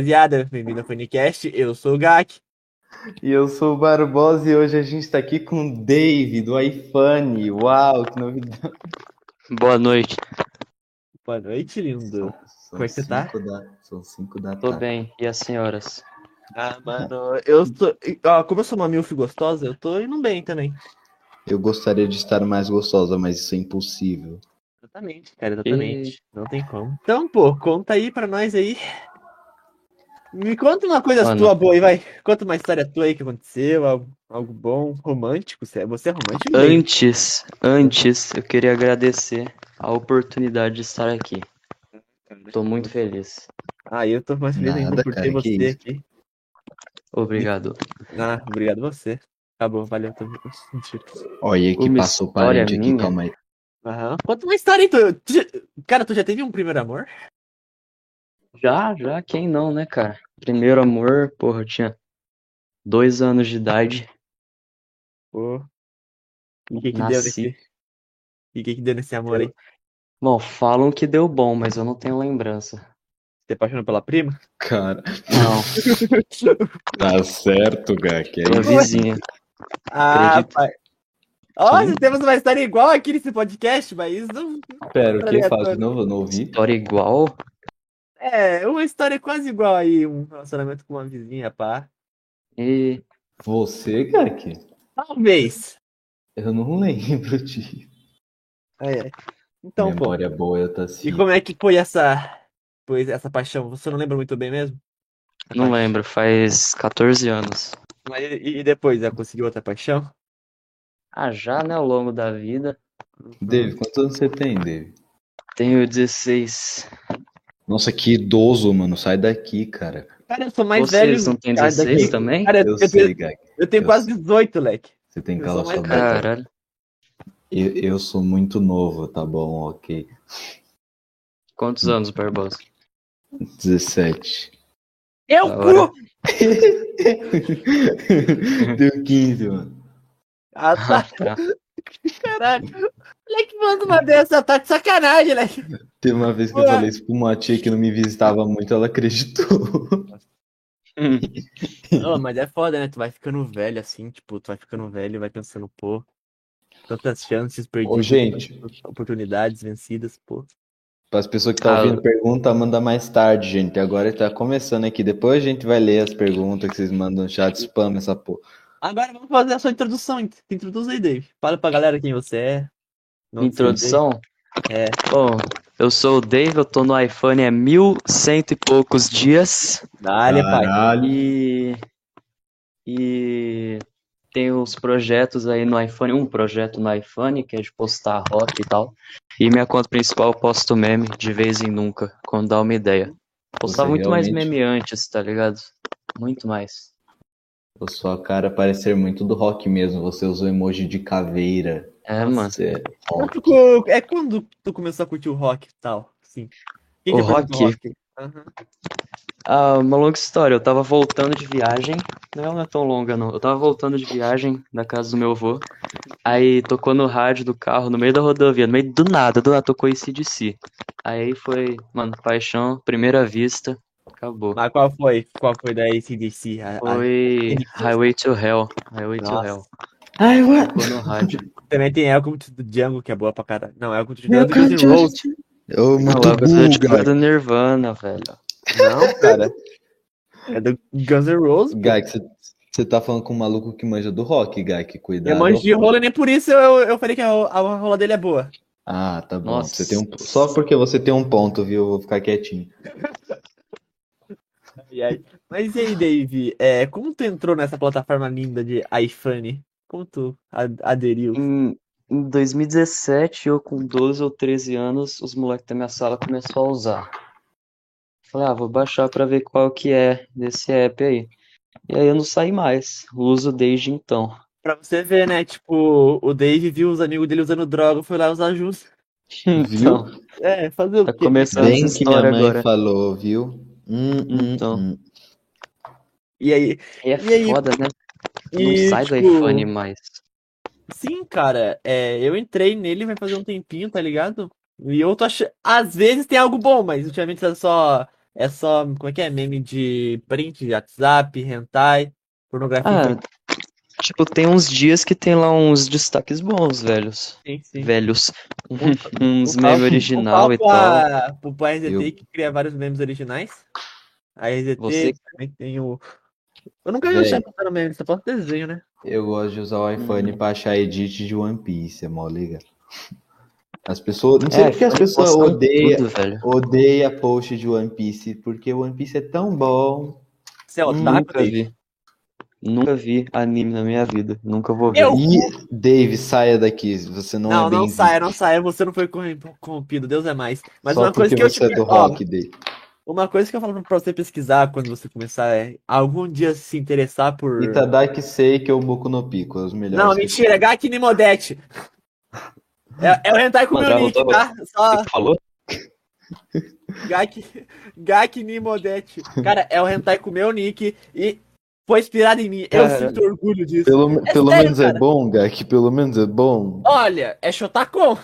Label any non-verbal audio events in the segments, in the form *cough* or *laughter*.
Rapaziada, bem-vindo ao Funicast, eu sou o Gak. E eu sou o Barbosa e hoje a gente tá aqui com o Dave do iPhone. Uau, que novidade. Boa noite, Boa noite, lindo. Como é que você tá? cinco Da, são 5 da tô tarde. bem. E as senhoras? Ah, mano, eu tô. Ó, como eu sou uma milf gostosa, eu tô indo bem também. Eu gostaria de estar mais gostosa, mas isso é impossível. Exatamente, cara, exatamente. Não tem como. Então, pô, conta aí pra nós aí. Me conta uma coisa Mano. tua boa aí, vai. Conta uma história tua aí que aconteceu, algo, algo bom, romântico. Você é você é romântico? bem. Antes, antes, eu queria agradecer a oportunidade de estar aqui. Tô muito feliz. Ah, eu tô mais feliz ainda Nada, por cara, ter que você isso. aqui. Obrigado. Ah, obrigado você. Acabou, valeu também. *laughs* Mentira. Olha que Uma passou história parede aqui, minha? calma aí. Aham. Conta uma história, então. Tu já- Cara, tu já teve um primeiro amor? Já, já, quem não, né, cara? Primeiro amor, porra, eu tinha dois anos de *laughs* idade. Pô. E o que, que deu Nasci. nesse. E o que, que deu nesse amor aí? Bom, falam que deu bom, mas eu não tenho lembrança. Você apaixonou pela prima? Cara, Não, *laughs* tá certo, Gak. é pela vizinha. *laughs* Ah, Acredito. pai. Ó, Sim. nós temos uma história igual aqui nesse podcast, mas não. Espera, o que Aleatório. faz? Não, vou- não ouvi. História igual? É, uma história quase igual aí, um relacionamento com uma vizinha, pá. E Você, Gak? Talvez. Eu não lembro de. É, é. Então, pô. Memória boa, eu tô assim. E como é que foi essa. Pois essa paixão? Você não lembra muito bem mesmo? não lembro, faz 14 anos. Mas e, e depois, ela conseguiu outra paixão? Ah, já, né, ao longo da vida. Dave, quantos anos você tem, Dave? Tenho 16. Nossa, que idoso, mano. Sai daqui, cara. Cara, eu sou mais velho. Vocês não têm cara, 16 daqui- também? Cara, É, eu, Eu eu sei, tenho, Gak. eu tenho eu quase sei. 18, leque. Você tem que Eu calar sou mais sua boca. velho. Caralho. Eu, eu sou muito novo, tá bom, ok. Quantos *laughs* anos, Barbosa? 17. Eu Da cu! hora. Deu 15, mano. Ah, tá, Tá. caralho. Moleque manda uma dessa, tá de sacanagem, moleque. Teve uma vez que eu Ué. falei isso pra uma tia que não me visitava muito, ela acreditou. *laughs* *laughs* Ô, mas é foda, né? Tu vai ficando velho assim, tipo, tu vai ficando velho, vai pensando, pô. Tantas chances perdidas, Ô, gente. tantas oportunidades vencidas, pô. Para as pessoas que estão Ah, ouvindo pergunta, manda mais tarde, gente. Agora tá começando aqui. Depois a gente vai ler as perguntas que vocês mandam no chat spam essa porra. Agora vamos fazer a sua introdução. int- Se introduz aí, Dave. Fala pra galera quem você é. Não Introdução? sei, Dave. Bom, eu sou o Dave, eu tô no iPhone há mil cento e poucos dias. É. Dá-lhe, Ah, pai. Caralho. E. E. Tem os projetos aí no iPhone, um projeto no iPhone, que é de postar rock e tal. E minha conta principal eu posto meme de vez em nunca, quando dá uma ideia. Postava Você muito mais realmente- meme antes, tá ligado? Muito mais. A sua cara parece ser muito do rock mesmo. Você usou emoji de caveira. É, mano. Você é rock. Quando tu co- É quando tu começou a curtir o rock e tal, assim? sim. Quem O te apresentou rock? Aham. Ah, uma longa história. Eu tava voltando de viagem. Não, ela não é tão longa, não. Eu tava voltando de viagem da casa do meu avô. Aí tocou no rádio do carro, no meio da rodovia, no meio do nada, do nada, tocou esse de si. Aí foi, mano, paixão, primeira vista, acabou. Mas Ah, qual foi? Qual foi da ACDC? A, a- Foi Highway to Hell. Highway to Nossa. Hell. Ai, what? Tocou no rádio. Também tem Elcom do Django, que é boa pra caralho. Não, Elcom do Django é do Guns N' Roses. Ô, *laughs* Não, muito lá burro, de cara. tipo do Nirvana, velho. Não, cara. É do Guns N' Roses. pô. Gak, você tá falando com um maluco que manja do rock, Gak, cuidado. Eu É manjo de rola e nem por isso eu, eu falei que a, ro- a rola dele é boa. Ah, tá bom. Nossa. Você tem um... Só porque você tem um ponto, viu? Eu vou ficar quietinho. E aí- Mas e aí, Dave? É, como tu entrou nessa plataforma linda de iFunny? Como tu a- aderiu? Em, em 2017, eu com 12 ou 13 anos, os moleques da minha sala começaram a usar. Falei, ah, vou baixar pra ver qual que é desse app aí. E aí eu não saí mais, uso *laughs* desde então. Pra você ver, né? Tipo, o Dave viu os amigos dele usando droga, foi lá usar junto. Então, É, fazer o tá quê? começando Bem essa que minha história mãe agora. falou, viu? Hum, hum, Então. hum. E aí? E é E aí, foda, né? Não E, sai do tipo, iPhone mais. Sim, cara, é, eu entrei nele vai fazer um tempinho, tá ligado? E eu tô achando. Às vezes tem algo bom, mas ultimamente tá só É só, como é que é? Meme de print, de WhatsApp, hentai, pornografia. Ah, tipo, tem uns dias que tem lá uns destaques bons, velhos. sim, sim. *laughs* Velhos. uns O memes pau- original o e pau tal. pra, Pro, pro RZT Eu- que cria vários memes originais. A RZT Você- também tem o. Eu nunca vi Véi. o Chapa fazendo meme, só posso desenho, né? Eu gosto de usar o iPhone pra achar edit de One Piece, é mó legal. As pessoas. Não sei É, porque as foi pessoas postando odeiam, é, tudo, velho. odeiam post de One Piece, porque One Piece é tão bom. Você é otaku, Nunca David? vi. Nunca vi anime na minha vida. Nunca vou ver. Eu- E, Dave, saia daqui, você não, Não, é bem não saia, não saia, você não foi corrom- corrompido, Deus é mais. Mas Só uma coisa porque que eu te você é do per- ó, rock, Dave. uma coisa que eu falo pra você pesquisar quando você começar é algum dia se interessar por. Itadaki sei que eu boco no pico, é os melhores. Não, que- mentira, é Gaki Nimodete. É, é o Hentai com o Mas meu ela nick, não tá? Só. Você falou? Gak, Gak Nimodete. Cara, é o hentai com meu nick e foi inspirado em mim. Eu Caralho. sinto orgulho disso. Pelo, pelo sério, menos cara. é bom, Gak, pelo menos é bom. Olha, é Shotacon.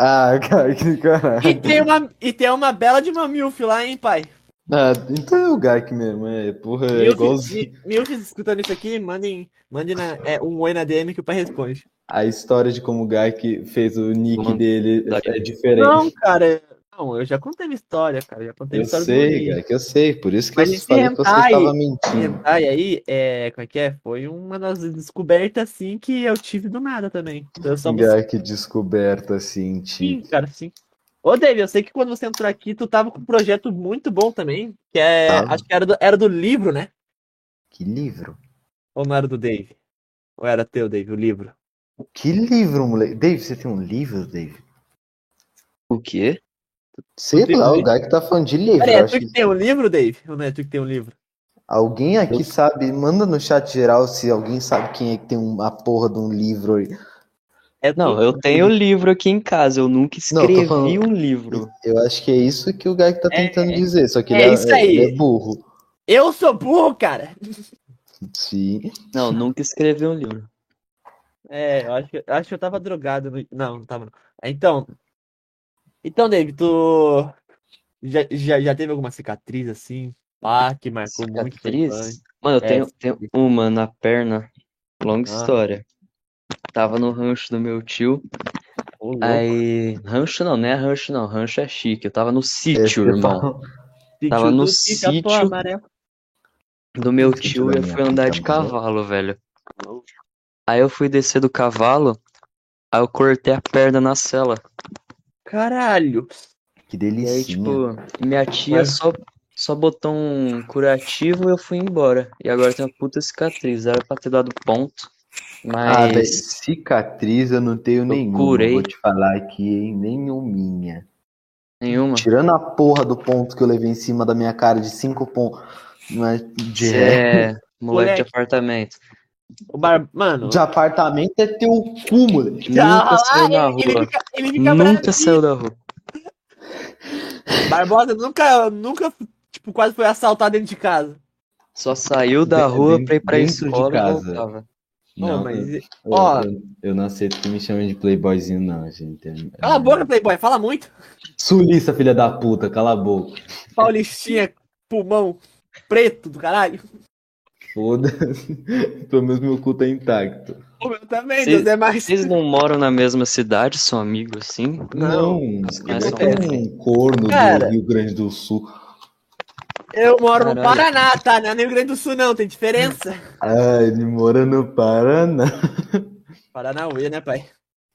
Ah, *laughs* cara, que caralho. E *laughs* tem uma, e tem uma bela de uma Milf lá, hein, pai? Ah, então é o Gak mesmo, é, porra, é Milfs, igualzinho. Mi- Milfs escutando isso aqui, mandem, mandem na, é, um oi na DM que o pai responde. A história de como o Gak fez o nick Mano, dele Gak. é diferente. Não, cara. Não, eu já contei minha história, cara. Eu já contei a eu história sei, do Gak, eu sei, por isso que Mas eu esse falei que você hentai- estava mentindo. Hentai aí, é, como é que é? Foi uma das descobertas, assim, que eu tive do nada também. Então, Eu só Gak descoberta Sim, científica. cara, sim. Ô, David, eu sei que quando você entrou aqui, tu tava com um projeto muito bom também, que é. Tava. Acho que era do, era do livro, né? Que livro? Ou não era do Dave? Ou era teu, Dave, o livro? Que livro, moleque? Dave, você tem um livro, Dave? O quê? Sei tenho um lá, o livro. Gak tá falando de livro. Peraí, eu é acho tu que- que tem um livro, Dave? Ou não é tu que tem um livro? Alguém aqui sabe, manda no chat geral se alguém sabe quem é que tem uma porra de um livro aí. É tu? Não, eu tenho livro aqui em casa. Eu nunca Não, eu tô escrevi falando- um livro. Eu acho que é isso que o Gag tá É, tentando dizer, só que é ele, é, isso aí. ele é burro. Eu sou burro, cara! Sim. Não, nunca escrevi um livro. É, eu acho, que- eu acho que eu tava drogado. no- Não, não tava. não. É, Então. Então, Dave, tu. Já, já, já teve alguma cicatriz assim? Pá, que marcou muito. tua infância? Cicatriz? Mano, eu É, tenho, tenho uma na perna. Longa Ah. história. Tava no rancho do meu tio. Ô, louco. Aí. Rancho não, não é rancho não. Rancho é chique. Eu tava no Esse sítio, irmão. fala- Tava Sítio no do Pica-Pau sítio. Amarelo. do meu Entendi, tio eu Daniel, fui andar de tá bom. cavalo, velho. Aí eu fui descer do cavalo, aí eu cortei a perna na cela. Caralho! Que E delícia. aí, tipo, minha tia Mas- só, só botou um curativo e eu fui embora. E agora tem uma puta cicatriz. Era pra ter dado ponto, ah, velho, mas cicatriz eu não tenho nenhuma. curei. Vou te falar aqui, hein? Nenhuminha. nenhuma. Tirando a porra do ponto que eu levei em cima da minha cara de cinco pontos. Mas de Cê resto. é moleque Moleque. de apartamento. O bar... Mano, De apartamento é teu cu, moleque. Nunca saiu na ele, ele rua. fica, ele fica Nunca bravo. saiu da rua. Barbosa nunca, nunca, tipo, quase foi assaltado dentro de casa. Só saiu da De- rua den- pra ir pra dentro de escola e casa. voltava. Pô, Não, mas- eu, ó. eu, eu não aceito que me chamem de playboyzinho, não, gente. É- Cala a boca, Playboy, fala muito. Sulista, filha da puta, cala a boca. Paulistinha, pulmão preto do caralho. Foda-se. *laughs* Pelo menos meu cu tá intacto. O meu também, Cês- Deus é mais. Vocês não moram na mesma cidade, são amigos assim? Não, caras eu são tenho perfeitos. um corno é Cara. do Rio Grande do Sul. Eu moro no Caralho. Paraná, tá? Não é no Rio Grande do Sul, não, tem diferença. Ah, ele mora no Paraná. *laughs* Paranauê, né, pai?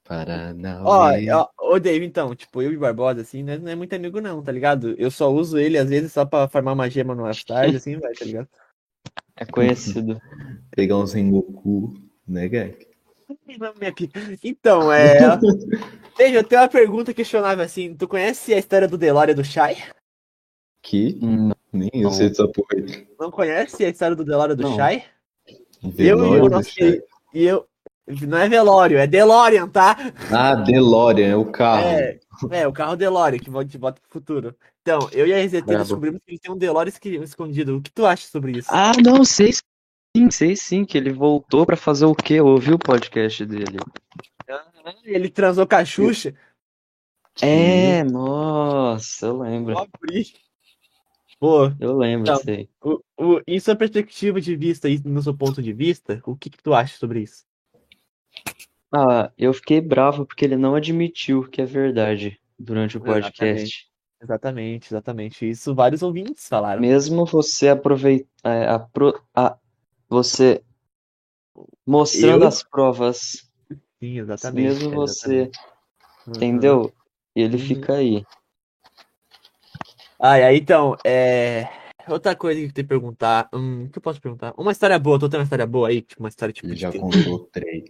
Paraná. Ó, ó, ô Dave, então, tipo, eu e Barbosa, assim, nós não é muito amigo, não, tá ligado? Eu só uso ele, às vezes, só pra farmar uma gema no tarde, assim, vai, tá *laughs* ligado? É conhecido. Pegar um Sengoku, né, Gek? Ai, não, minha pica. Então, é. Dave, eu tenho uma pergunta questionável, assim. Tu conhece a história do Delório do Shai? Que? Não. Nem eu sei dessa porra. aí. Não conhece a história do Delório do Não. Shai? Velório eu e o do nosso Shai. E eu. Não é velório, é DeLorean, tá? Ah, DeLorean, é o carro. É, é o carro DeLorean que vo- te bota pro futuro. Então, eu e a RZT Brabo. descobrimos que ele tem um DeLorean esque- escondido. O que tu acha sobre isso? Ah, não, sei sim, sei sim, que ele voltou pra fazer o quê? Eu ouvi o podcast dele. Ele transou com a Xuxa. É, nossa, eu lembro. Pobre. Pô, Eu lembro Então, disso aí. o, o, em sua perspectiva de vista e no seu ponto de vista, o que que tu acha sobre isso? Ah, eu fiquei bravo porque ele não admitiu que é verdade durante o podcast. Exatamente, exatamente. Isso vários ouvintes falaram. Mesmo você aproveitar, é, apro- a- você mostrando Eu? as provas, Sim, exatamente. mesmo você, exatamente. Uhum. entendeu? Ele Uhum. fica aí. Ah, e aí então, é. Outra coisa que eu tenho que perguntar. Hum, o que eu posso perguntar? Uma história boa, tu tem uma história boa aí? Tipo, uma história tipo. Ele de já ter- contou três.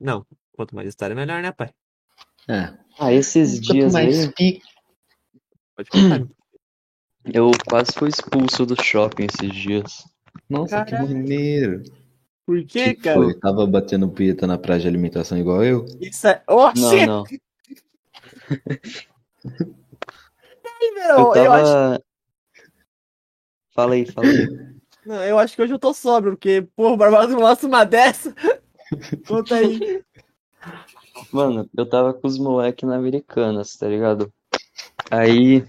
Não, quanto mais história, melhor, né, pai? É. Ah, esses Quanto dias mais aí, pica- Pode contar. eu quase fui expulso do shopping esses dias. Nossa, Caralho. que maneiro. Por Que que, cara? foi? Tava batendo punheta na praia de alimentação igual eu? Isso é. Oxi, Não, não. meu, Eu eu acho. tava. Fala aí, fala aí. Não, eu acho que hoje eu tô sóbrio, porque, pô, o Barbados não lança uma dessa. *laughs* Conta aí. *laughs* Mano, eu tava com os moleques na Americanas, tá ligado? Aí,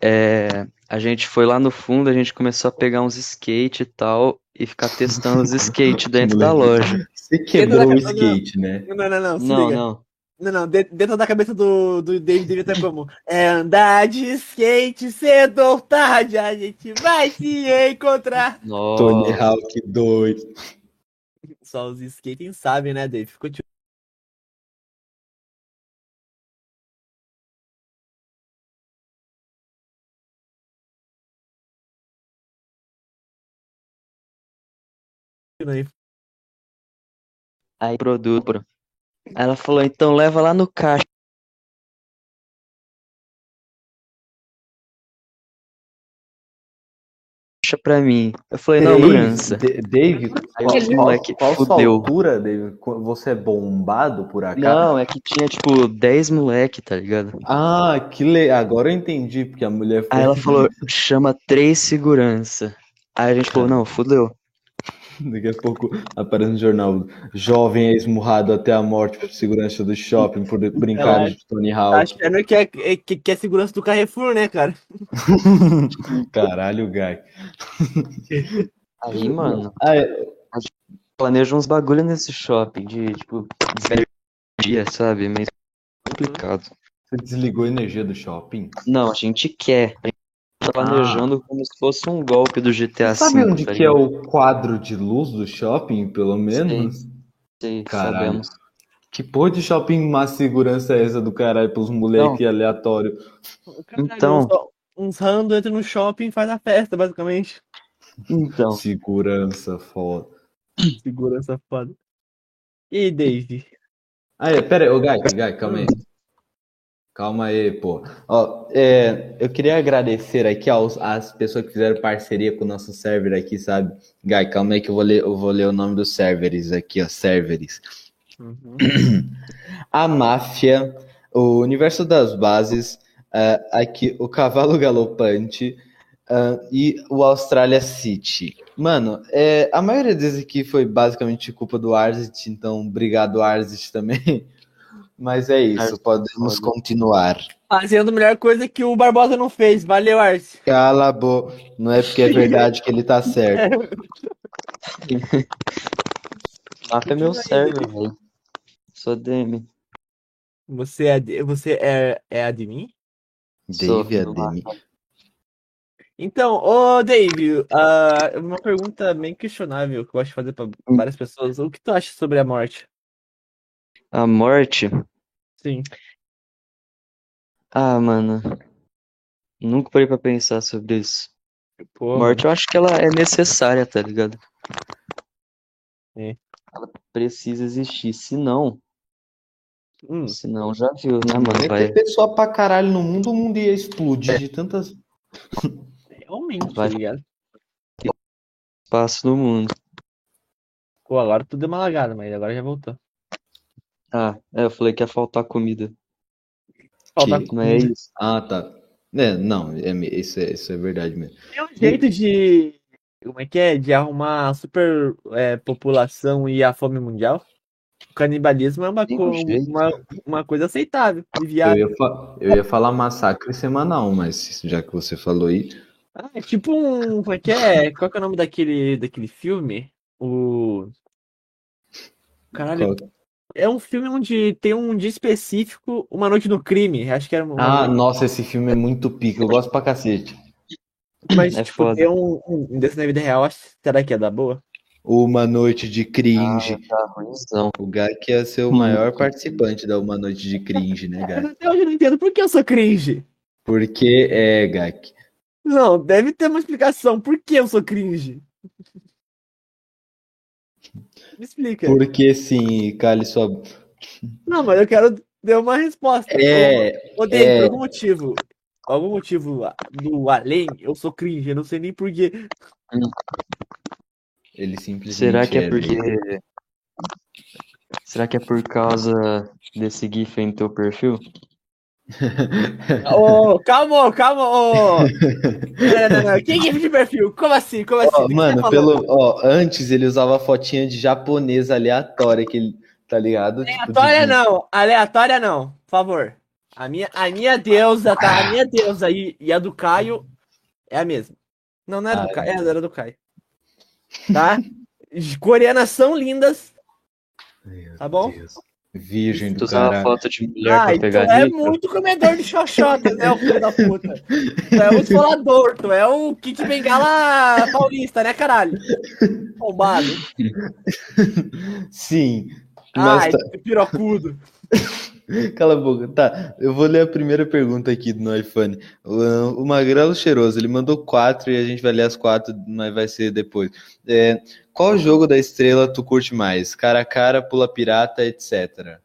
é, a gente foi lá no fundo, a gente começou a pegar uns skate e tal, e ficar testando *laughs* os skate dentro da Moleque. loja. Você quebrou o Não, não, não. skate, né? Não, não, não, se Não, liga. não. Não, não, de- dentro da cabeça do, do David devia estar como É andar de skate cedo ou tarde, a gente vai se encontrar. Oh. Tony Nossa. Hawk 2. Só os skating sabem, né, David? Ficou tipo. Aí, Aí, produto. Aí Ela falou, então leva lá no caixa. Pra mim. Eu falei, não, França. Dave, Aí os moleque qual sua fudeu. altura, Dave? Você é bombado por acaso? Não, é que tinha tipo 10 moleque, tá ligado? Ah, que le... agora eu entendi, porque a mulher foi. Aí Ah, ela falou, chama três segurança. Aí a gente falou, não, fudeu. *laughs* Daqui a pouco aparece no jornal. Jovem é esmurrado até a morte por segurança do shopping por brincar de Tony Hawk. Acho que é, que, é, que, que é segurança do Carrefour, né, cara? Caralho, Guy. Aí, mano, Ah, é, planeja uns bagulho nesse shopping de, tipo, energia, sabe? É Meio complicado. você desligou a energia do shopping? Não, a gente quer. A gente tá planejando como se fosse um golpe do GTA V. Ah. Você sabe onde tá que é ligado? o quadro de luz do shopping, pelo menos? Sei, Caralho. sabemos. Que porra de shopping má segurança é essa do caralho pros moleque aleatório? Caralho, Então. uns- Uns rando entram no shopping e faz a festa, basicamente. *laughs* Então, Segurança foda. Segurança foda. E aí, Dave? Ah, é, pera aí, ô Gai, Gai, calma aí. Calma aí, pô. Ó, é, eu queria agradecer aqui aos, às pessoas que fizeram parceria com o nosso server aqui, sabe? Gai, calma aí que eu vou ler, eu vou ler o nome dos servers aqui, ó, servers. *clears throat* A Máfia, o Universo das Bases, ah, aqui o Cavalo Galopante ah, e o Australia City. Mano, é, a maioria desses aqui foi basicamente culpa do Arzit, então obrigado Arzit também. *laughs* Mas é isso, Arzit, podemos continuar. Fazendo a melhor coisa que o Barbosa não fez. Valeu, Arce. Cala a boca, não é porque é verdade que ele tá *laughs* certo. mapa é Continua meu aí, server, velho. Sou DM. Você é, de- você é, é admin? Sou Dave do mapa. Ademi. Então, ô Dave, ah, uma pergunta bem questionável que eu gosto de fazer pra Hum. várias pessoas. O que tu acha sobre a morte? A morte? Sim. Ah, mano. Nunca parei pra pensar sobre isso. Pô, Morte, eu acho que ela é necessária, tá ligado? É. Ela precisa existir. Se não, mano. Hum, se não, já viu, né, mano? Vai Vai, ter pessoa pra caralho no mundo, o mundo ia explodir de tantas realmente, tá Vai. ligado? espaço no mundo. Pô, agora tu deu uma lagada, mas agora já voltou. Ah, é, eu falei que ia faltar comida. Falta Que- Mas é isso. Ah, tá. É, não, é, me- isso, é, isso é verdade mesmo. Tem um jeito de. Como é que é? De arrumar a super é, população e a fome mundial? O canibalismo é uma, Tem um co- jeito. É. uma, uma coisa aceitável e Eu viável. ia, fa- eu ia falar massacre semanal, mas já que você falou aí, Ah, é tipo um. Como é que é? Qual que é o nome daquele, daquele filme? O. Caralho. Qual- É um filme onde tem um dia específico, Uma Noite no Crime. Acho que era um. Ah, nossa, esse filme é muito pica, eu gosto pra cacete. mas é tipo, foda. tem um, um desse na vida real. Acho, será que é da boa? Uma Noite de Cringe. tá ruimzão. O Gak ia ser o maior participante da Uma Noite de Cringe, né, Mas Gak? *laughs* até hoje eu não entendo por que eu sou cringe. Porque é, Gak. Não, deve ter uma explicação. Por que eu sou *laughs* cringe? Me explica. Porque sim, cale sua. b- Não, mas eu quero dar uma resposta. É, Odeio, É. por algum motivo. Algum motivo do além, eu sou cringe, eu não sei nem porquê. *laughs* ele simplesmente. Será que é gay. porque. Será que é por causa desse GIF aí no teu perfil? Ô, calma, ô, calma, ô. Não, não, não, não. Que GIF de perfil? Como assim? Como assim? Ó, Do que mano, tá falando? pelo. Ó, antes ele usava fotinha de japonesa aleatória, que ele. Tá ligado? Tipo, de- Aleatória Tá não, aleatória não, por favor. A minha, a minha deusa, tá? A minha deusa e, e a do Caio é a mesma. Não, não era Ah, do Caio, é, era do Caio. Tá? Coreanas são lindas, Meu tá bom? Deus. Virgem Tu do usava caralho. foto de mulher pra então pegar é rico? muito comedor de xoxota, né, o filho da puta? Tu é um esfolador, tu é o Kit Bengala paulista, né, caralho? Tombado. Sim. Mas Ai, tá- pirocudo. é. Cala a boca. Tá, eu vou ler a primeira pergunta aqui do no iPhone. O, o Magrelo Cheiroso, ele mandou quatro e a gente vai ler as quatro, mas vai ser depois. É, qual jogo da estrela tu curte mais? Cara a cara, pula pirata, etc.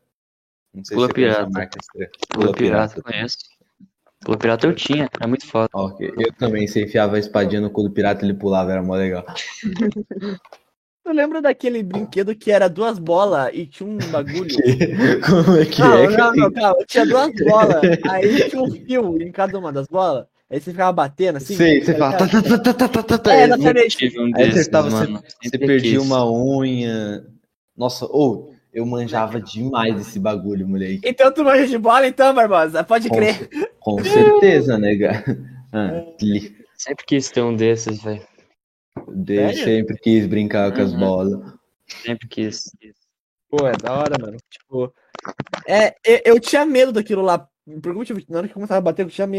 Não sei Pula você conhece a Pirata. marca estrela. Pula Pirata, conheço. Pula Pirata eu tinha, era muito foda. *laughs* Ok, eu também, se enfiava a espadinha no cu do pirata, ele pulava, era mó legal. Eu lembro daquele brinquedo que era duas bolas e tinha um bagulho. Como é que *laughs* Não, é? não, cara? não, calma. Tinha duas bolas, aí tinha um fio em cada uma das bolas, aí você ficava batendo assim. Sei, você fala, tá, tá, tá, tá, tá, tá, tá. É, ele- exatamente. Eu tive um Aí desses, acertava, você- mano. Você Sempre perdia quis. uma unha. Nossa, ou eu manjava demais esse bagulho, moleque. Então tu manja de bola então, Barbosa? Pode Com, crer. com certeza, nega. *laughs* Ah, li- Sempre quis ter um desses, velho. de- Sério? sempre quis brincar com as Uhum. bolas. Sempre quis. Pô, é da hora, mano. Tipo, é, eu, eu tinha medo daquilo lá. Por algum motivo, na hora que eu começava a bater, eu tinha medo.